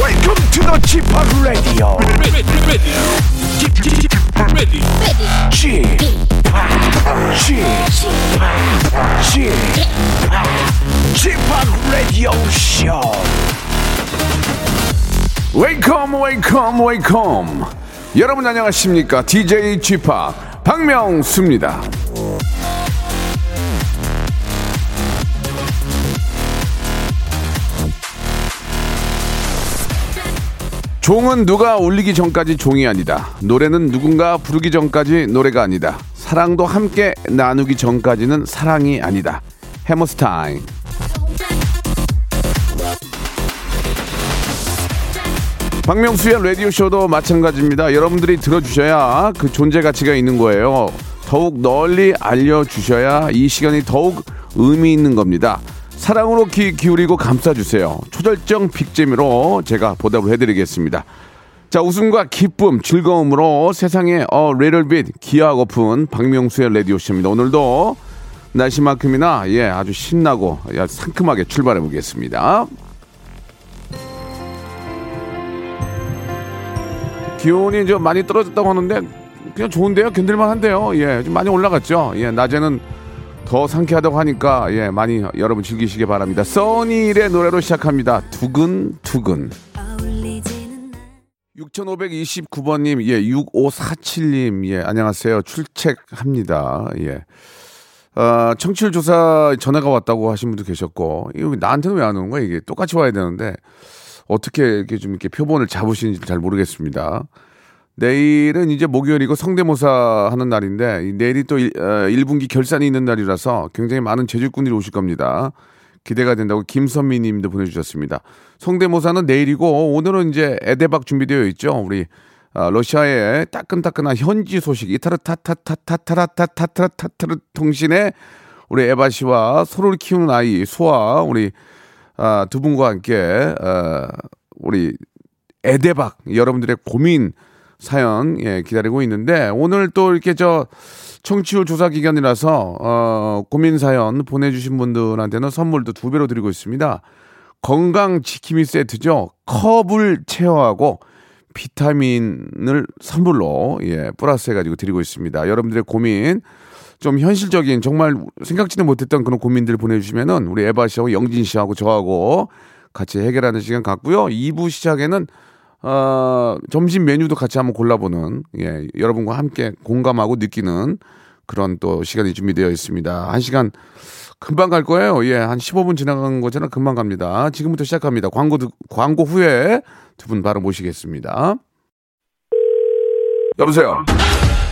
Welcome to the g p o p Radio. ready, ready, Keep- keep- keep ready. g p o p g p o p g p o p Radio Show. 웨이컴 웨이컴 웨이컴 여러분 안녕하십니까 DJ g p o p 박명수입니다 종은 누가 울리기 전까지 종이 아니다 노래는 누군가 부르기 전까지 노래가 아니다 사랑도 함께 나누기 전까지는 사랑이 아니다 해머스타임 박명수의 라디오쇼도 마찬가지입니다. 여러분들이 들어주셔야 그 존재 가치가 있는 거예요. 더욱 널리 알려주셔야 이 시간이 더욱 의미 있는 겁니다. 사랑으로 귀 기울이고 감싸주세요. 초절정 빅재미로 제가 보답을 해드리겠습니다. 자, 웃음과 기쁨, 즐거움으로 세상에 어, 레럴빛 기하고픈 박명수의 라디오쇼입니다. 오늘도 날씨만큼이나 예 아주 신나고 예, 상큼하게 출발해 보겠습니다. 기온이 이제 많이 떨어졌다고 하는데 그냥 좋은데요. 견딜만 한데요. 예, 좀 많이 올라갔죠. 예, 낮에는 더 상쾌하다고 하니까 예, 많이 여러분 즐기시기 바랍니다. 써니의 노래로 시작합니다. 두근두근. 6529번님, 예, 6547님, 예, 안녕하세요. 출첵합니다. 예. 아, 청취율 조사 전화가 왔다고 하신 분도 계셨고, 이거 나한테는 왜 안 오는 거야? 이게 똑같이 와야 되는데, 어떻게 이렇게 좀 이렇게 표본을 잡으시는지 잘 모르겠습니다. 내일은 이제 목요일이고 성대모사 하는 날인데, 이 내일이 또 일, 어, 1분기 결산이 있는 날이라서 굉장히 많은 제주꾼들이 오실 겁니다. 기대가 된다고 김선미 님도 보내주셨습니다. 성대모사는 내일이고 오늘은 이제 에데박 준비되어 있죠. 우리 아, 러시아의 따끈따끈한 현지 소식 이타르타타타타타타타타타타타르 통신에 우리 에바 씨와 소를 키우는 아이 소아 우리 아, 두 분과 함께 어, 우리 에데박 여러분들의 고민 사연 예, 기다리고 있는데 오늘 또 이렇게 저 청취율 조사 기간이라서 어, 고민 사연 보내주신 분들한테는 선물도 두 배로 드리고 있습니다. 건강 지킴이 세트죠. 컵을 체어하고 비타민을 선물로 예, 플러스해가지고 드리고 있습니다. 여러분들의 고민 좀 현실적인 정말 생각지도 못했던 그런 고민들 보내주시면은 우리 에바 씨하고 영진 씨하고 저하고 같이 해결하는 시간 같고요. 2부 시작에는 어, 점심 메뉴도 같이 한번 골라보는 예, 여러분과 함께 공감하고 느끼는 그런 또 시간이 준비되어 있습니다. 한 시간 금방 갈 거예요. 예, 한 15분 지나간 거잖아. 금방 갑니다. 지금부터 시작합니다. 광고 듣- 광고 후에 두 분 바로 모시겠습니다. 여보세요.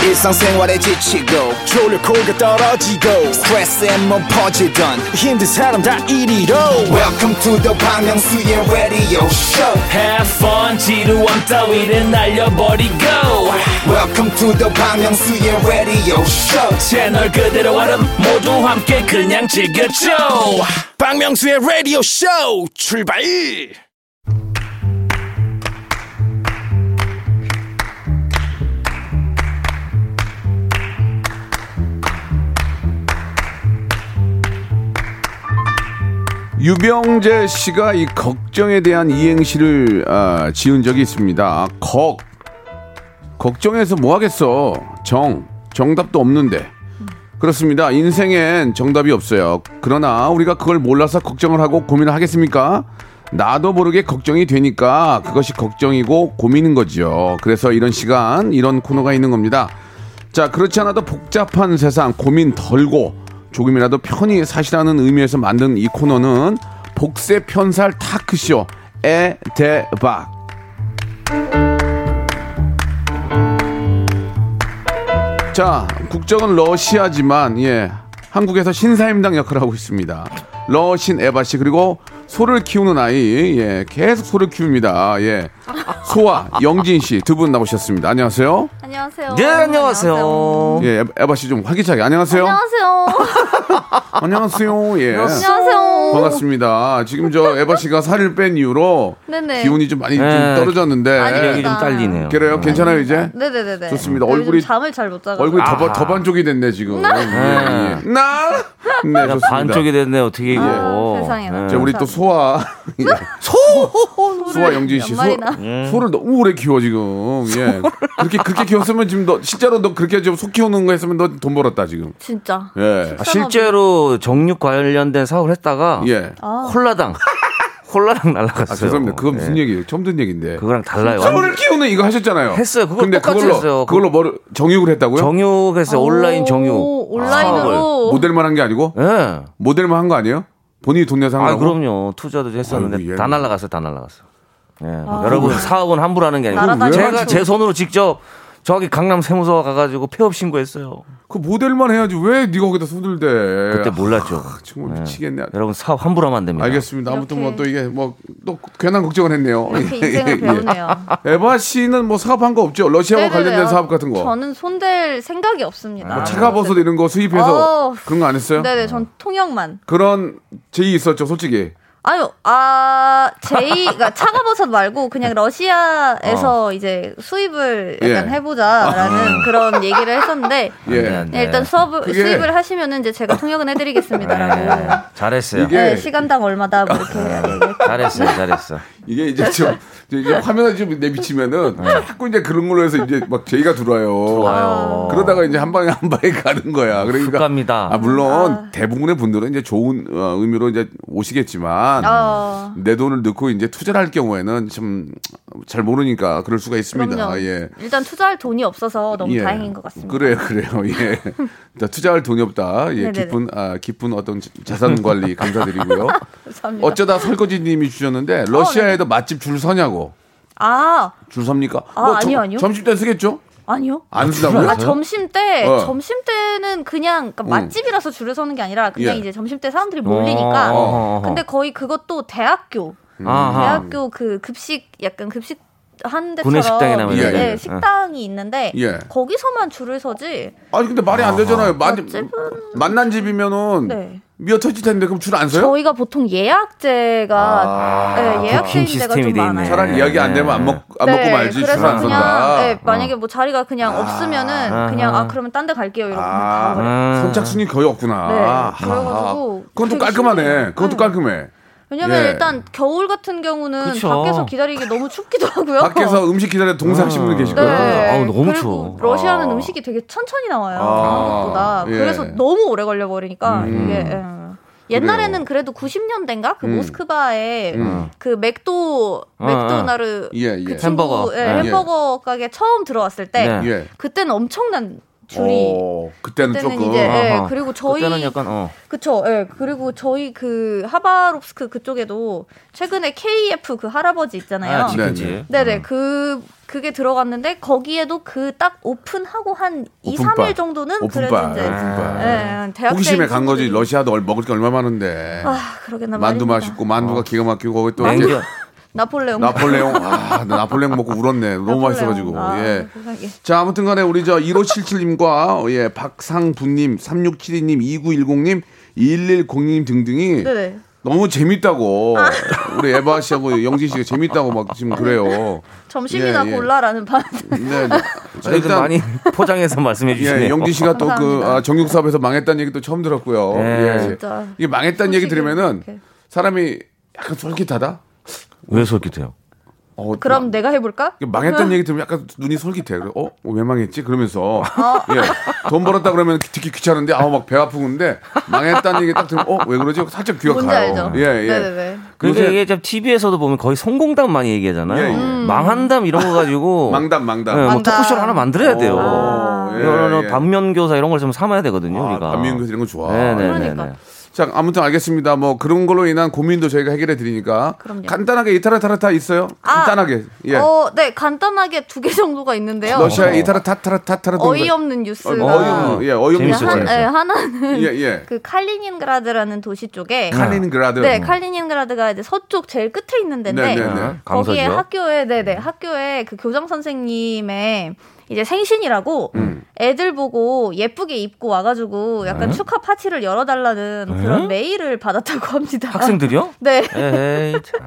일상생활에 지치고, 졸려 코가 떨어지고, 스트레스에 몸 퍼지던, 힘든 사람 다 이리로. welcome to the Bang Myung-soo's radio show Have fun 지루함 따위를 날려버리고 welcome to the Bang Myung-soo's radio show 채널 그대로 얼음 모두 함께 그냥 즐겨줘 박명수의 라디오 쇼 출발! 유병재 씨가 이 걱정에 대한 이행시를 아, 지은 적이 있습니다. 아, 걱 걱정해서 뭐 하겠어? 정 정답도 없는데 그렇습니다. 인생엔 정답이 없어요. 그러나 우리가 그걸 몰라서 걱정을 하고 고민을 하겠습니까? 나도 모르게 걱정이 되니까 그것이 걱정이고 고민인 거죠. 그래서 이런 시간, 이런 코너가 있는 겁니다. 자, 그렇지 않아도 복잡한 세상 고민 덜고 조금이라도 편히 사시라는 의미에서 만든 이 코너는 복세 편살 타크쇼 에대박 자, 국적은 러시아지만 예 한국에서 신사임당 역할을 하고 있습니다. 러신 에바 씨 그리고 소를 키우는 아이 예 계속 소를 키웁니다. 예 소아 영진 씨 두 분 나오셨습니다. 안녕하세요. 안녕하세요. 네, 안녕하세요. 예 에바- 에바 씨 좀 활기차게 안녕하세요. 안녕하세요. 안녕하세요. 예 안녕하세요. 반갑습니다. 지금 저 에바 씨가 살을 뺀 이후로 네네. 기운이 좀 많이 좀 네. 기력이 떨어졌는데 좀 딸리네요. 그래요 괜찮아요 이제 네네네네. 좋습니다. 요즘 얼굴이- 잠을 잘 못 자가지고. 얼굴이 더, 아하. 더 반쪽이 됐네 지금. 예, 예. 나. 네 야, 좋습니다. 반쪽이 됐네 어떻게 이거. 아, 세상에. 네. 자, 우리 또 소아. 예. 소를 소아 영진 씨. 몇 소, 마리나. 음. 소를 너무 오래 키워, 지금. 예. 그렇게, 그렇게 키웠으면 지금 너, 실제로 너 그렇게 지금 소 키우는 거 했으면 너 돈 벌었다, 지금. 진짜. 예. 아, 실제로 정육 관련된 사업을 했다가 예. 아. 콜라당 콜라당 날라갔어요. 아, 죄송합니다. 그건 무슨 얘기예요? 처음 듣는 얘기인데. 그거랑 달라요. 소를 키우는 이거 하셨잖아요. 했어요. 그거 근데 똑같이 그걸로, 했어요. 그걸로 뭐를, 정육을 했다고요? 정육에서 온라인 정육. 오, 온라인으로. 모델만 한 게 네, 아니고? 예. 모델만 한 거 아니에요? 본인이 돈 내서 한 아 거고? 그럼요. 투자도 했었는데 아이고, 얘는. 다 날라갔어요. 다 날라갔어. 예. 아, 여러분 사업은 함부로 하는 게 아니고 날아다니는 제가 거죠. 제 손으로 직접 저기 강남 세무서 가가지고 폐업 신고했어요. 그 모델만 해야지 왜 네가 거기다 손들대? 그때 몰랐죠. 아, 정말 미치겠네. 여러분 사업 함부로 하면 안 됩니다. 알겠습니다. 아무튼 뭐 이렇게. 또 이게 뭐 또 괜한 걱정을 했네요. 이렇게 예, 예, 인생을 예. 배우네요. 에바 씨는 뭐 사업한 거 없죠? 러시아와 네네네요. 관련된 사업 같은 거. 저는 손댈 생각이 없습니다. 뭐 차가버섯 이런 거 수입해서 어. 그런 거 안 했어요? 네네, 전 통역만. 그런 제의 있었죠, 솔직히. 아유, 아, 제이, 그러니까 차가버섯 말고 그냥 러시아에서 이제 수입을 약간 예. 해보자라는 그런 얘기를 했었는데 예. 네, 네. 네, 일단 수업을, 그게- 수입을 하시면은 이제 제가 통역은 해드리겠습니다라고. 네, 잘했어요. 이게- 네, 시간당 얼마다 뭐 아, 이렇게 얘기했고. 잘했어요. 잘했어. 이게 이제 네. 좀 이제, 이제 화면에 좀 내비치면은 자꾸 이제 그런 걸로 해서 이제 막 제의가 네. 들어와요. 와요. 그러다가 이제 한 방에 한 방에 가는 거야. 그러니까 갑니다. 아 물론 대부분의 분들은 이제 좋은 어, 의미로 이제 오시겠지만 어. 내 돈을 넣고 이제 투자를 할 경우에는 좀 잘 모르니까 그럴 수가 있습니다. 그럼요. 예. 일단 투자할 돈이 없어서 너무 예. 다행인 것 같습니다. 그래요, 그래요. 예. 자, 투자할 돈이 없다. 예, 네네네. 깊은 아, 깊은 어떤 자- 자산 관리 감사드리고요. 감사합니다. 어, 네. 어쩌다 설거지님이 주셨는데 러시아에도 맛집 줄 서냐고 아 줄 섭니까? 뭐 아, 아니요, 아니요. 점심 때 쓰겠죠? 아니요. 안 쓰다고요? 아 점심 때 어. 음. 점심 때는 그냥 그러니까 맛집이라서 줄을 서는 게 아니라 그냥 예. 이제 점심 때 사람들이 몰리니까. 어, 어, 근데 거의 그것도 대학교 음. 아하. 대학교 그 급식 약간 급식 하는 데처럼 구내 식당이나 뭐 이런 네, 데는. 식당이 있는데 예. 거기서만 줄을 서지 아니 근데 말이 안 되잖아요. 만, 맛집은- 만난 집이면은 네. 미어 터질 텐데 음. 그럼 줄 안 서요? 저희가 보통 예약제가 네, 예약제인 부킹 데가 좀 아, 그 시스템이 돼 있네. 많아요. 차라리 이야기 안 되면 안, 먹, 안 먹고 말지 아. 줄 네, 그래서 안 그냥 선다. 네, 만약에 뭐 자리가 그냥 없으면은 그냥 아 그러면 딴 데 갈게요 이러고 그냥 아, 가버려요. 선착순이 거의 없구나. 네, 아, 그래가지고 그건 또 되게 깔끔하네. 신기해요. 그건 또 네. 깔끔해. 왜냐면 예. 일단 겨울 같은 경우는 그쵸. 밖에서 기다리기 너무 춥기도 하고요. 밖에서 음식 기다려 동사하시는 분들 어. 네. 계시고요. 아우, 너무 그리고 추워. 러시아는 음식이 되게 천천히 나와요. 아, 한국보다. 예. 그래서 너무 오래 걸려 버리니까 이게 예. 옛날에는 그래도 90년대인가 그 모스크바에 그 맥도 아, 맥도나르 예, 예. 그 친구, 햄버거. 예, 예. 햄버거 가게 처음 들어왔을 때 네. 예. 그때는 엄청난 줄이 오, 그때는, 그때는 조금. 어. 이제 예, 아하. 그리고 저희 네, 그때는 약간 어. 그쵸 예 그리고 저희 그 하바롭스크 그쪽에도 최근에 KF 그 할아버지 있잖아요. 아, 치킨집. 네, 네네 그 그게 들어갔는데 거기에도 그 딱 오픈하고 한 2, 오픈바. 3일 정도는 그래도 오픈바. 이제 오픈바. 네. 예, 예, 대학생 호기심에 간 거지. 친구들이- 러시아도 얼- 먹을 게 얼마 많은데. 아 그러겠나 만두 말입니다. 맛있고 만두가 기가 막히고 거기 또 이제 냉겨. 나폴레옹 나폴레옹. 아, 나 나폴레옹 먹고 울었네. 너무 나폴레옹. 맛있어가지고. 아, 예. 세상에. 자, 아무튼 간에 우리 저 1577님과 예, 박상부님, 3672님, 2910님, 1102님 등등이 네네 아. 너무 재밌다고. 우리 에바 씨하고 영진 씨가 재밌다고 막 지금 그래요. 점심이나 예, 예. 골라라는 반 네. 네. 자, 저희들 일단 많이 포장해서 말씀해 주시네요. 예, 영진 씨가 또 그 감사합니다. 아, 정육 사업에서 망했다는 얘기도 처음 들었고요. 예. 예. 진짜. 이게 망했다는 얘기 소식이 들으면은 이렇게. 사람이 약간 솔깃하다. 왜 솔깃해요? 어, 그럼 내가 해볼까? 망했다는 얘기 들으면 약간 눈이 솔깃해. 그래, 어? 왜 망했지? 어. 그러면서 예, 돈 벌었다 그러면 듣기 귀찮은데 아우 막 배 아프고 근데 망했다는 얘기 딱 들으면 어? 왜 그러지? 살짝 귀가 뭔지 가요. 알죠? 예, 예. 네네네. 그러니까 요새- 이게 참 TV에서도 보면 거의 성공담 많이 얘기하잖아요. 음. 예, 예. 망한담 이런 거 가지고 망담, 망담. 예, 뭐 망담. 토크쇼를 하나 만들어야 돼요. 아. 오, 예, 이런 예. 반면교사 이런 걸 좀 삼아야 되거든요. 우리가. 반면교사 이런 거 좋아. 네. 네네네. 그러니까. 자, 아무튼 알겠습니다. 뭐 그런 걸로 인한 고민도 저희가 해결해 드리니까 그럼요. 아. 간단하게 이타라타라타 있어요? 간단하게. 예. 어, 네, 간단하게 두 개 정도가 있는데요. 어. 러시아 이타라타타타타라도 어이없는 뉴스가 어이없는 예, 어이없는 네, 뉴스. 한, 재밌었어요. 예, 하나는 예, 예. 그 칼리닌그라드라는 도시 쪽에 칼리닌그라드. 네, 칼리닌그라드가 이제 서쪽 제일 끝에 있는 데인데 네, 네, 네. 거기에 강서죠. 학교에 네네 학교에 그 교장 선생님의 이제 생신이라고 음. 애들 보고 예쁘게 입고 와가지고 약간 네. 축하 파티를 열어달라는 그런 메일을 받았다고 합니다. 학생들이요? 네. 에이 참.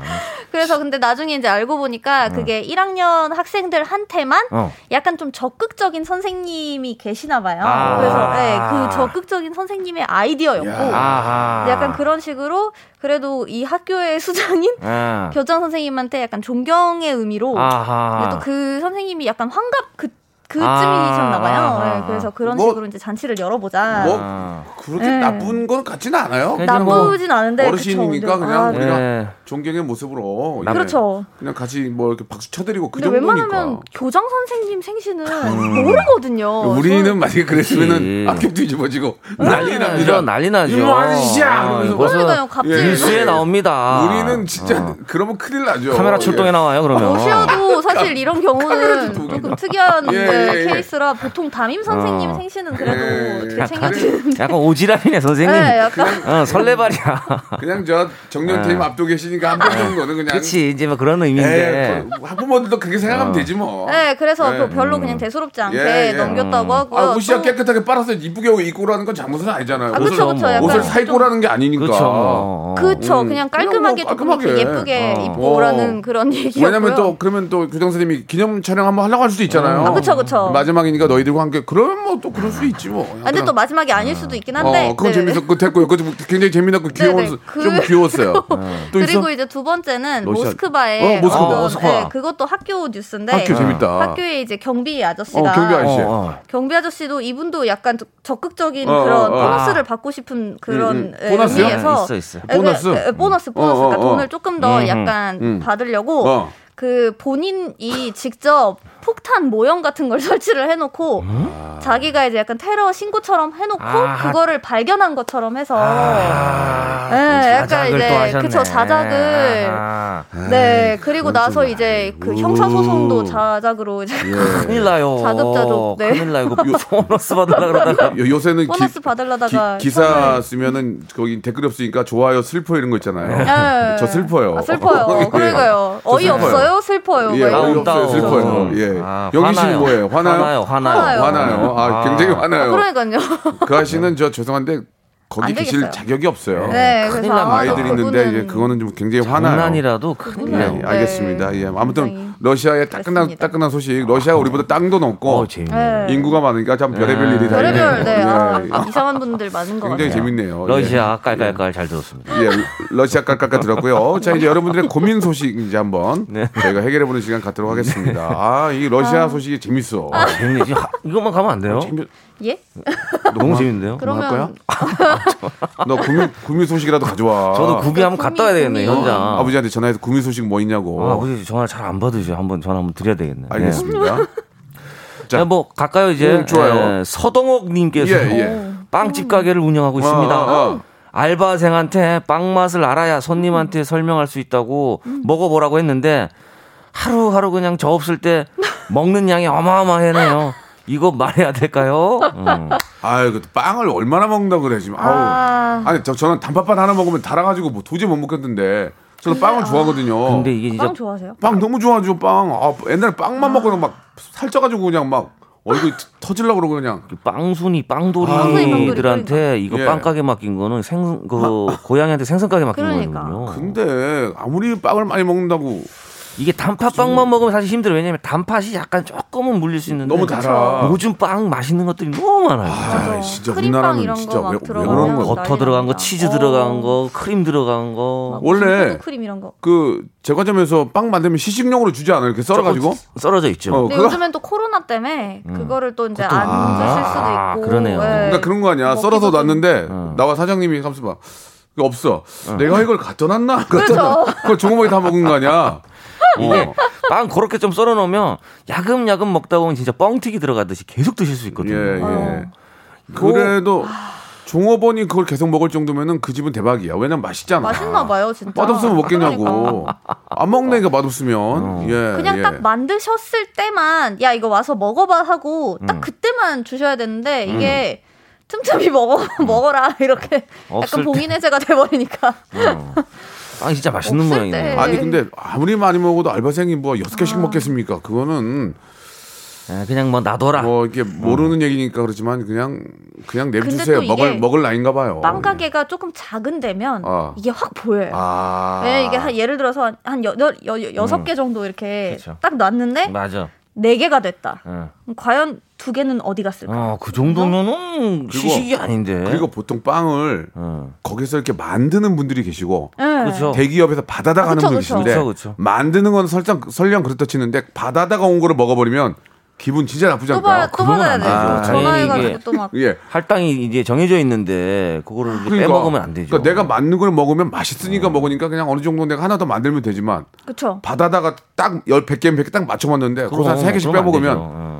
그래서 근데 나중에 이제 알고 보니까 그게 1학년 학생들한테만 네. 어. 약간 좀 적극적인 선생님이 계시나 봐요. 아. 그래서 네, 그 적극적인 선생님의 아이디어였고 아하. 약간 그런 식으로 그래도 이 학교의 수장인 아. 교장 선생님한테 약간 존경의 의미로 아하. 또 그 선생님이 약간 환갑 그 아, 그쯤이셨나 봐요. 아, 네, 아. 그래서 그런 뭐- 식으로 이제 잔치를 열어보자. 뭐 아. 그렇게 네. 나쁜 건 같지는 않아요. 그냥 뭐 나쁘진 않은데 어르신이니까 그쵸, 그냥 네. 우리가 네. 존경의 모습으로 예. 그렇죠. 그냥 같이 뭐 이렇게 박수 쳐드리고 그 근데 정도니까. 웬만하면 교장 선생님 생신은 음. 모르거든요. 우리는 만약에 그치. 그랬으면은 앞뒤 뒤집어지고 음. 난리 납니다. 네. 이런 난리 나죠. 이모 아저씨야! 아, 그러면서 벌써 그러니까요, 갑자기. 뉴스에 나옵니다. 우리는 진짜 그러면 큰일 나죠. 어. 카메라 출동에 예. 나와요, 그러면. 러시아도 사실 이런 경우는 그 두 개나. 조금 특이한 예, 네, 예, 예. 케이스라 보통 담임 선생님 어. 생신은 예, 예. 그래도 어떻게 약간- 챙겨주는데 약간 오지랖이네, 선생님. 예, 네, 약간 어, 네, 설레발이야. 그냥 저 정년퇴임 앞두고 계시니까 한 번 정도는 그냥. 예. 그치, 이제 뭐 그런 예, 의미인데. 그 학부모들도 그렇게 생각하면 어. 되지 뭐. 네, 그래서 예. 그 별로 그냥 대수롭지 않게 예, 예. 넘겼다고 하고요. 아, 옷이야 또- 깨끗하게 빨아서 이쁘게 입고 오라는 건 잘못은 아니잖아요. 뭐 아, 옷을, 그쵸, 그쵸. 약간 옷을 좀- 사입고라는 게 아니니까. 그쵸. 뭐. 그쵸. 음. 그냥 그냥 깔끔하게 뭐 조금 이렇게 깔끔하게. 예쁘게 어. 입고 오라는 그런 얘기였고요. 왜냐면 또 그러면 또 교장 선생님이 기념 촬영 한번 하려고 할 수도 있잖아요. 아, 그쵸, 그쵸. 마지막이니까 너희들과 함께 그러면 뭐 또 그럴 수 있지 뭐. 아, 근데 또 마지막이 아닐 수도 있긴 한데. 어, 그건 네네네. 재밌었고 됐고요. 그것도 굉장히 재미났고 귀여워서 네, 네. 좀 그- 귀여웠어요. 네. 또 있어? 그리고 이제 두 번째는 러시아- 모스크바에 어, 모스크바. 어떤- 어, 모스크바. 네, 그것도 학교 뉴스인데 학교 재밌다. 학교에 이제 경비 어, 아저씨가 경비 아저씨. 어, 어. 경비 아저씨도 이분도 약간 적- 적극적인 어, 그런 어, 어. 보너스를 받고 싶은 네, 그런 음, 음. 에, 보너스요? 의미에서 아, 네, 있어, 있어. 에, 그, 보너스? 에, 보너스 어, 보너스 그러니까 어, 어. 돈을 조금 더 음, 약간 음. 받으려고 어. 그 본인이 직접 폭탄 모형 같은 걸 설치를 해놓고 자기가 이제 약간 테러 신고처럼 해놓고 음? 아. 그거를 발견한 것처럼 해서 아, 예, 또 약간 자작을 이제 또 하셨네. 그쵸, 자작을. 아, 네 그리고 나서 이제 그 형사 소송도 자작으로 이제 네. 큰일 나요. 자급자족, 네. 큰일 나요. 이거 보너스 받으려 그러다가. 요- 요새는 보너스 받으려다가 기, 사 쓰면은 거기 댓글 없으니까 좋아요 슬퍼 이런 거 있잖아요. 예. 저 슬퍼요. 아, 슬퍼요. 예. 그러니까요. 저 어이 없어요. 슬퍼요. 예, 막 이런 어이 거. 없어요. 다운, 슬퍼요. 다운. 예. 아, 영희 씨는 화나요. 뭐예요? 화나요? 화나요, 화나요. 화나요. 화나요. 아, 아. 굉장히 화나요. 그러니까요. 그 아씨는 저 죄송한데 거기 안 계실 되겠어요. 자격이 없어요. 네, 큰일 그래서 납니다. 아, 아이들 이 있는데 이제 그거는 좀 굉장히 화나요. 장난이라도 큰일 예, 나요. 그분은- 알겠습니다. 네, 예, 아무튼 굉장히 러시아의 따끈한 그렇습니다. 따끈한 소식. 러시아가 우리보다 땅도 넘고 어, 재밌네. 네. 인구가 많으니까 참 별의별 일이 다 별의별 있네요. 네. 아, 예. 이상한 분들 많은 것 굉장히 같아요. 재밌네요. 러시아 깔깔깔 잘 들었습니다. 예, 러시아 깔깔깔 들었고요. 자, 이제 여러분들의 고민 소식 이제 한번 네. 저희가 해결해보는 시간 갖도록 하겠습니다. 아, 이 러시아 소식이 재밌어. 재밌네. 이거 하- 이것만 가면 안 돼요? 재밌- 예? 너무 재밌는데요? 할 거야? 그러면 너 구미, 구미 소식이라도 가져와. 아, 저도 그 구기 한번 고민, 갔다 와야 되겠네, 고민. 현장. 아, 버지한테 전화해서 구미 소식 뭐 있냐고. 아, 아버지 전화 잘 안 받으셔. 한번 전화 한번 드려야 되겠네. 네. 알겠습니다. 자. 네, 뭐 가까요 이제 음, 좋아요. 예, 서동옥 님께서 예, 예. 빵집 가게를 운영하고 있습니다. 어, 어. 알바생한테 빵 맛을 알아야 손님한테 설명할 수 있다고 음. 먹어보라고 했는데 하루하루 그냥 저 없을 때 먹는 양이 어마어마하네요. 이거 말해야 될까요? 음. 아유, 그 빵을 얼마나 먹는다 그래 지금. 아우. 아. 아니, 저 저는 단팥빵 하나 먹으면 달아가지고 뭐 도저히 못 먹겠던데. 네. 저는 빵을 좋아하거든요. 근데 이게 진짜 빵 좋아하세요? 빵 너무 좋아하죠 빵. 아 옛날에 빵만 먹고 막 살쪄가지고 그냥 막 얼굴 트- 터질라 그러고 그냥. 그 빵순이 아, 빵순이, 그러니까. 아. 빵돌이들한테 이거 예. 빵가게 맡긴 거는 생 그 고양이한테 생선가게 맡긴 그러니까. 거거든요. 근데 아무리 빵을 많이 먹는다고 이게 단팥빵만 먹으면 사실 힘들어요. 왜냐면 단팥이 약간 조금은 물릴 수 있는데 너무 달아. 요즘 빵 맛있는 것들이 너무 많아요. 아, 진짜 우리나라는 진짜 왜, 왜 그런 거야? 버터 들어간 거, 치즈 들어간 거, 크림 들어간 거. 원래 크림 이런 거. 그 제과점에서 빵 만들면 시식용으로 주지 않아요? 이렇게 썰어가지고? 썰어져 있죠. 근데 네, 요즘엔 또 코로나 때문에 음. 그거를 또 이제 안 드실 수도 아, 있고. 그러네요. 예. 그러니까 그런 거 아니야. 먹기도 썰어서 좀- 놨는데 나와 사장님이 가면서 봐. 이거 없어. 내가 이걸 갖다 놨나? 안 갖다 그죠. 놨나? 그걸 종업원이 다 먹은 거 아니야? 이게 빵 그렇게 좀 썰어 놓으면 야금야금 먹다 보면 진짜 뻥튀기 들어가듯이 계속 드실 수 있거든요. 예, 어. 예. 뭐, 그래도 종업원이 그걸 계속 먹을 정도면은 그 집은 대박이야. 왜냐면 맛있잖아. 맛있나 봐요, 진짜. 그러니까. 맛없으면 먹겠냐고. 안 먹네, 이거 맛없으면. 예. 어. 그냥 예. 딱 만드셨을 때만 야 이거 와서 먹어봐 하고 음. 딱 그때만 주셔야 되는데 이게 틈틈이 먹어 먹어라 이렇게 없을 약간 때. 봉인 해제가 돼버리니까 음. 빵이 진짜 맛있는 없을 모양이네. 때. 아니, 근데 아무리 많이 먹어도 알바생이 뭐 여섯 아. 개씩 먹겠습니까? 그거는. 그냥 뭐 놔둬라. 뭐 이게 모르는 얘기니까 그렇지만 그냥 그냥 아. 근데 내주세요. 또 이게 먹을 먹을 나인가 봐요. 빵 가게가 조금 작은 데면 아. 이게 확 보여요. 아. 네, 이게 한 예를 들어서 한- 한 여덟 여, 여, 여섯 음. 개 정도 이렇게 그렇죠. 그쵸. 딱 놨는데 음. 맞아. 네 개가 됐다. 예. 그럼 과연 두 개는 어디 갔을까? 어, 그 정도면은 시식이 아닌데. 어. 그리고 보통 빵을 거기서 이렇게 만드는 분들이 계시고 네. 그쵸. 대기업에서 받아다 가는 그쵸, 분들 그쵸. 계신데 그렇죠. 그쵸, 그쵸. 만드는 건 설정 설령 그렇다 치는데 받아다가 온 거를 먹어버리면 기분 진짜 나쁘지 또 받아- 않을까? 또 받아야 돼요. 전화해가지고 이게 또 막. 예. 할당이 이제 정해져 있는데 그거를 이렇게 빼먹으면 안 되죠. 그러니까 내가 맞는 걸 먹으면 맛있으니까 먹으니까 그냥 어느 정도 내가 하나 더 만들면 되지만 그쵸. 받아다가 딱 열, 백 개, 백 개 딱 맞춰봤는데 그거 한세 개씩 그러면 안 빼먹으면 되죠. 어.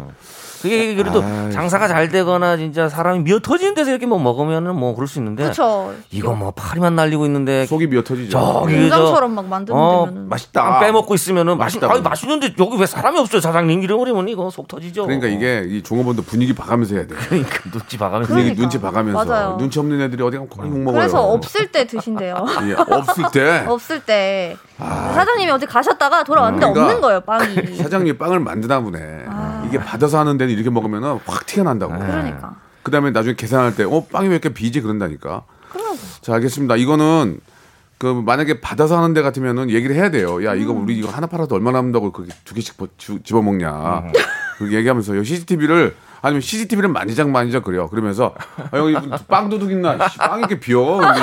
그게 그래도 장사가 잘 되거나 진짜 사람이 미어 터지는 데서 이렇게 뭐 먹으면은 뭐 그럴 수 아, 있는데 그쵸. 이거 뭐 파리만 날리고 있는데 속이 미어 터지죠. 저기 어? 공장처럼 막 만들면 어, 되면은. 네. 맛있다. 빼먹고 있으면은 맛있다. 맛있다. 아니 맛있는데 여기 왜 사람이 없어요 사장님 이러면 이거 속 터지죠. 그러니까 이게 이 종업원도 분위기 봐가면서 해야 돼. 그러니까 눈치 봐가면서. 분위기 그러니까. 눈치 봐가면서 맞아요. 눈치 없는 애들이 어디 가면 거의 욕 먹어요. 그래서 없을 때 드신대요. 예, 없을 때 없을 때 사장님이 어디 가셨다가 돌아왔는데 그러니까 없는 거예요 빵이. 사장님이 빵을 만드나 보네. 이게 받아서 하는 데는 이렇게 먹으면 확 티가 난다고. 아. 그러니까. 그다음에 나중에 계산할 때 어 빵이 왜 이렇게 비지 그런다니까. 자 알겠습니다. 이거는 그 만약에 받아서 하는 데 같으면은 얘기를 해야 돼요. 야 이거 우리 이거 하나 팔아도 얼마 남는다고 그게 두 개씩 버- 주- 집어먹냐. 그렇게 얘기하면서 CCTV를 아니면 CCTV를 만지작 만지작 그래요. 그러면서 아, 여기 빵 도둑 있나? 씨, 빵 이렇게 비어. 근데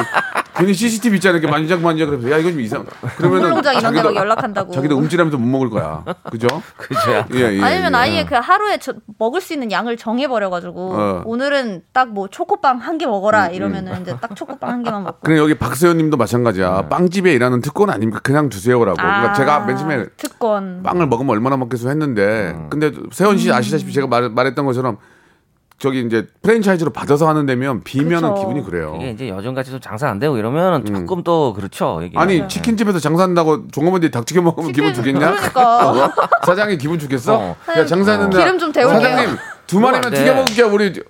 괜히 CCTV 있잖아 이렇게 만지작 만지작 그래서 야 이거 좀 이상. 그러면은 물농장 이런 데로 자기도 연락한다고. 자기도 음질하면서 못 먹을 거야. 그죠? 그죠. 예, 예, 아니면 예. 아예 그 하루에 저- 먹을 수 있는 양을 정해버려가지고 어. 음, 오늘은 딱 뭐 초코빵 한 개 먹어라 이러면은 이제 딱 초코빵 한 개만 먹고 그래 여기 박세현님도 네. 마찬가지야. 빵집에 일하는 특권 아닙니까? 그냥 주세요라고. 그러니까 아, 제가 맨 처음에 특권 빵을 먹으면 얼마나 먹겠어 했는데 음. 근데 세현 음. 씨 아시다시피 제가 말, 말했던 것처럼 저기 이제 프랜차이즈로 받아서 하는 데면 비면은 그렇죠. 그쵸. 기분이 그래요. 이게 이제 요즘같이 좀 장사 안 되고 이러면 조금 또 그렇죠. 이게. 음. 예. 아니 예. 네. 치킨집에서 장사한다고 종업원들이 닭 튀겨 먹으면 기분 좋겠냐? 그러니까. 어? 사장이 기분 좋겠어? 어. 야 장사했는데 기름 좀 데울게요. 사장님 두 그럼 마리만 안 돼. 튀겨 먹을게 우리.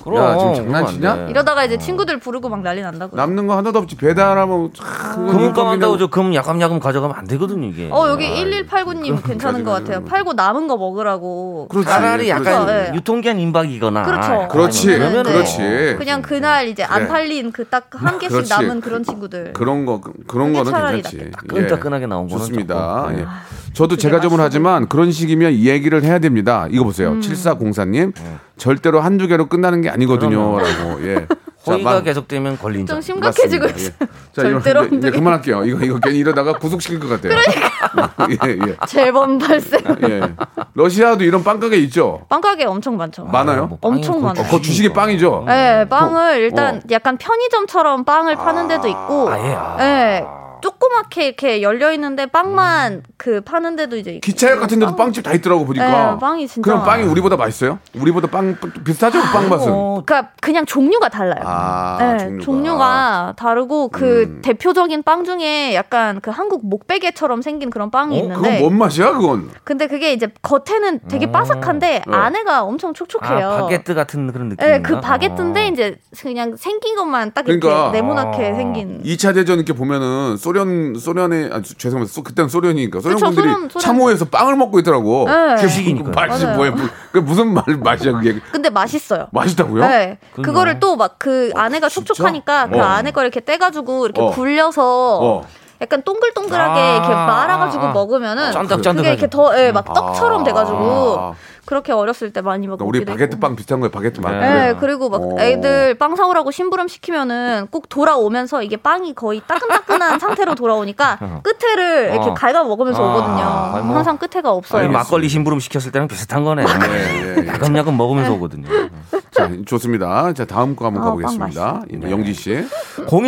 그럼, 네. 야 지금 그럼 안 장난치냐? 돼. 이러다가 이제 친구들 부르고 막 난리 난다고. 요 어. 남는 거 하나도 없지 배달하면 참 금값 한다고 저금 야금야금 가져가면 안 되거든요 이게. 어 아, 여기 1189님 괜찮은 것 같아요. 팔고 남은 거 먹으라고. 그렇지. 차라리 약간 그렇죠, 예. 유통기한 임박이거나. 그렇죠. 그렇지, 그러면은 뭐 그렇지. 예. 그냥 그날 이제 안 그래. 아, 팔린 그 딱 한 개씩 그렇지. 남은 그런 친구들. 그런 거 그- 그런 그게 거는 차라리 괜찮지. 예. 낫겠다. 따끈따끈하게 나온 거는 좋습니다. 조금. 예. 저도 제가 점은 하지만 그런 식이면 얘기를 해야 됩니다. 이거 보세요. 음. 7404님 절대로 한두 개로 끝나는 게 아니거든요라고. 예. 자, 네. 허위가 만- 계속되면 걸린 좀 점. 심각해지고 맞습니다. 있어요. 예. 자, 이거 절대로 이제, 이제 흔들리지 그만할게요. 이거 이거 괜히 이러다가 구속시킬 것 같아요. 예, 예. 재범 발생. 예. 러시아도 이런 빵가게 있죠. 빵가게 엄청 많죠. 많아요? 뭐 엄청 많아요. 그 주식이 빵이죠. 네, 빵을 일단 음, 어. 약간 편의점처럼 빵을 파는 데도 있고, 아예. 아. 네, 조그맣게 이렇게 열려 있는데 빵만 그 파는 데도 이제 있고. 음. 기차역 같은 데도 빵집 다 있더라고 보니까. 예, 빵이 진짜 그럼 빵이 많아요. 아, 우리보다 맛있어요? 우리보다 빵 비슷하죠? 빵 어, 맛은. 그러니까 그냥 종류가 달라요. 아, 네, 종류가. 음. 종류가 다르고 그 대표적인 빵 중에 약간 그 한국 목베개처럼 생긴 그런 빵이 어? 그건 음, 있는데 뭔 맛이야, 그건? 근데 그게 이제 겉에는 되게 바삭한데 네. 안에가 엄청 촉촉해요. 아, 바게트 같은 그런 어. 느낌. 네, 그 바게트인데 이제 그냥 생긴 것만 딱 이렇게 어. 그러니까. 네모나게 생긴. 2차 대전 이렇게 보면은 소련 소련의 아, 주- 죄송합니다. 소, 그때는 소련이니까 소련 그쵸, 분들이 소련, 소련. 참호에서 빵을 먹고 있더라고. 네. 주식이니까요. 맛이 맞아요. 뭐야? 무- 그게 무슨 말 맛이야 그게? 근데 맛있어요. 맛있다고요? 네. 그래요? 그거를 또 막 그 안에가 촉촉하니까 그 어. 안에 걸 이렇게 떼가지고 이렇게 어. 굴려서 어. 약간 동글동글하게 아, 이렇게 말아가지고 아, 아. 먹으면은 쫀득쫀득하게. 그게 이렇게 더 예 막 떡처럼 아. 돼가지고 그렇게 어렸을 때 많이 먹고 그러니까 우리 바게트빵 어. 비슷한 거예요. 바게트빵. 예, 네. 그래요. 그리고 막 오. 애들 빵 사오라고 심부름 시키면은 꼭 돌아오면서 이게 빵이 거의 따끈따끈한 상태로 돌아오니까 끝에를 이렇게 어. 갈가 먹으면서 아, 오거든요. 아니, 뭐. 항상 끝에가 없어요. 아니, 막걸리 심부름 시켰을 때랑 비슷한 거네. 예, 예. 야금야금 네. 먹으면서 오거든요. 자, 좋습니다. 자, 다음 거 한번 아, 가보겠습니다. 빵 예, 네. 영지 씨.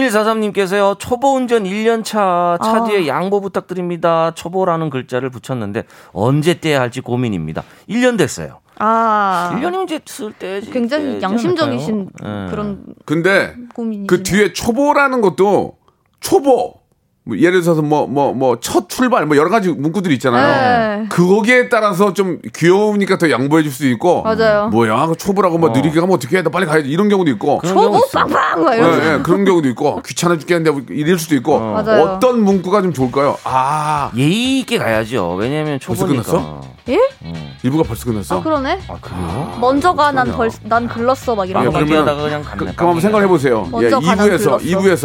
0143님께서요, 초보 운전 1년차 아. 차 뒤에 양보 부탁드립니다. 초보라는 글자를 붙였는데, 언제 떼야 할지 고민입니다. 1년 됐어요. 아. 1년이면 이제 쓸 때. 예, 굉장히 양심적이신 그런 네, 근데 고민이. 그 뒤에 초보라는 것도 초보. 뭐 예를 들어서 뭐 뭐 뭐 첫 출발 뭐 여러 가지 문구들이 있잖아요. 네. 그 거기에 따라서 좀 귀여우니까 더 양보해 줄 수도 있고. 맞아요. 뭐야 그 초보라고 뭐 느리게 가면 어떻게 해? 나 빨리 가야지 이런 경우도 있고. 예. 초보 네. 빵빵 막 이러면서. 예, 예, 그런 경우도 있고 귀찮아 죽겠는데 뭐 이럴 수도 있고 어. 맞아요. 떤 문구가 좀 좋을까요? 아 예의 있게 가야죠. 왜냐면 벌써 초보니까. 끝났어? 예? 일부가 벌써 끝났어? 아 그러네. 아, 그래요? 먼저 가난 벌, 난 글렀어 막 이런 예, 그러면- 거. 그러면 뛰어다가 그냥 그, 갔네, 그럼 한번 빵이네. 생각해 보세요. 예, 먼저 가장 2부에서 굴렀어.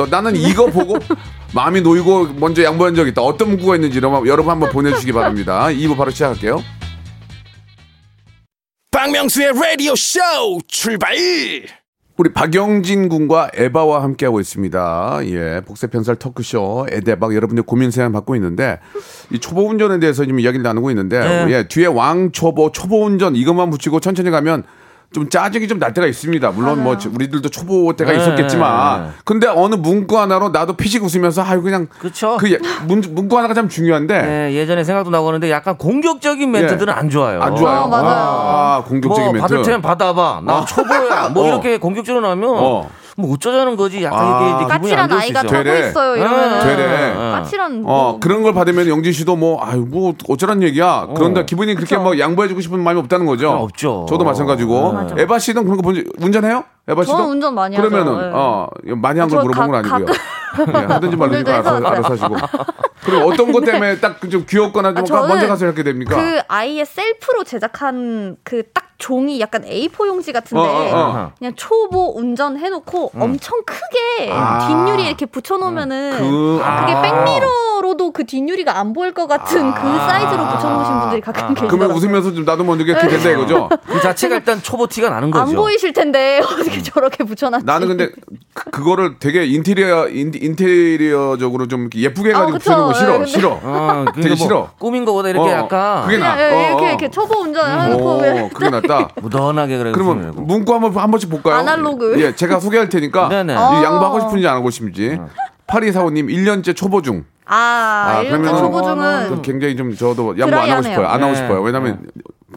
2부에서 나는 이거 보고 마음이 놓이고 먼저 양보한 적이 있다. 어떤 문구가 있는지 여러분 여러분 한번 보내주시기 바랍니다. 2부 바로 시작할게요. 박명수의 라디오 쇼 출발 우리 박영진 군과 에바와 함께하고 있습니다. 예, 복세 편살 터크쇼 에데박 여러분들 고민 사연 받고 있는데 이 초보 운전에 대해서 지금 이야기를 나누고 있는데 네. 예, 뒤에 왕 초보 초보 운전 이것만 붙이고 천천히 가면 좀 짜증이 좀 날 때가 있습니다. 물론 아. 뭐 우리들도 초보 때가 네. 있었겠지만 근데 어느 문구 하나로 나도 피식 웃으면서 아유 그냥 그쵸? 그 예- 문, 문구 하나가 참 중요한데 예, 예전에 생각도 나고 하는데 약간 공격적인 멘트들은 안 좋아요. 예. 안 좋아요. 어, 맞아요. 아, 공격적인 뭐 멘트. 받을 테면 받아봐. 나 어. 초보야. 뭐 어. 이렇게 공격적으로 나면 어. 뭐 어쩌자는 거지. 약간 아. 이게 기분이 안 까칠한 좋을 수 아이가 있어요. 타고 되래. 있어요 아, 이러면. 되래. 까칠한. 어 뭐- 그런 걸 받으면 영진 씨도 뭐 아유 뭐 어쩌란 얘기야 그런다 기분이 그렇게 그쵸. 막 양보해주고 싶은 마음이 없다는 거죠. 아, 없죠. 저도 마찬가지고 맞아. 에바 씨는 그런 거 본지 운전해요? 에바 씨도 저는 운전 많이 하죠. 그러면은 예. 어 많이 한 걸 저 물어본 건 가- 아니고요. 예, 하든지 말든지 오늘도 알아서, 해서 알아서 하시고 그리고 어떤 것 때문에 딱 좀 귀엽거나 아, 좀 저는 먼저 가서 이렇게 됩니까? 그 아이의 셀프로 제작한 그 딱 종이 약간 A4 용지 같은데 어, 어, 어. 그냥 네. 초보 운전 해놓고 엄청 크게 아. 뒷유리 이렇게 붙여놓으면은 그- 그, 아. 게 백미러로도 그 뒷유리가 안 보일 것 같은 그 사이즈로 붙여놓으신 분들이 가끔 아. 그러면 계시더라고요. 웃으면서 좀 나도 먼저 네. 이렇게 된다 이거죠. 그 자체가 일단 초보 티가 나는 거죠. 안 보이실 텐데 어떻게 저렇게 붙여놨지? 나는 근데 그- 그거를 되게 인테리어 인, 인테리어적으로 좀 이렇게 예쁘게 해가지고 아, 그쵸. 붙여놓은 거 싫어 예, 근데- 싫어. 어, 그게 되게 뭐 싫어. 꾸민 거보다 이렇게 어, 약간 그게 나. 그냥 예, 어, 이렇게 어. 이렇게 초보 운전 해놓고 오, 그냥 그게 낫다. 무던하게 그래. 그러면 음, 문구 한번 한 번씩 볼까요? 아날로그. 예, 제가 소개할 테니까 네네. 네. 이 어. 양보하고 싶은지 안 하고 싶은지. 파리 사오님 1년째 초보 중. 아, 아, 이런 그러면은- 초보 좀 중은 굉장히 좀 저도 양보 안 하고 드라이하네요. 싶어요. 안 하고 네. 싶어요. 왜냐면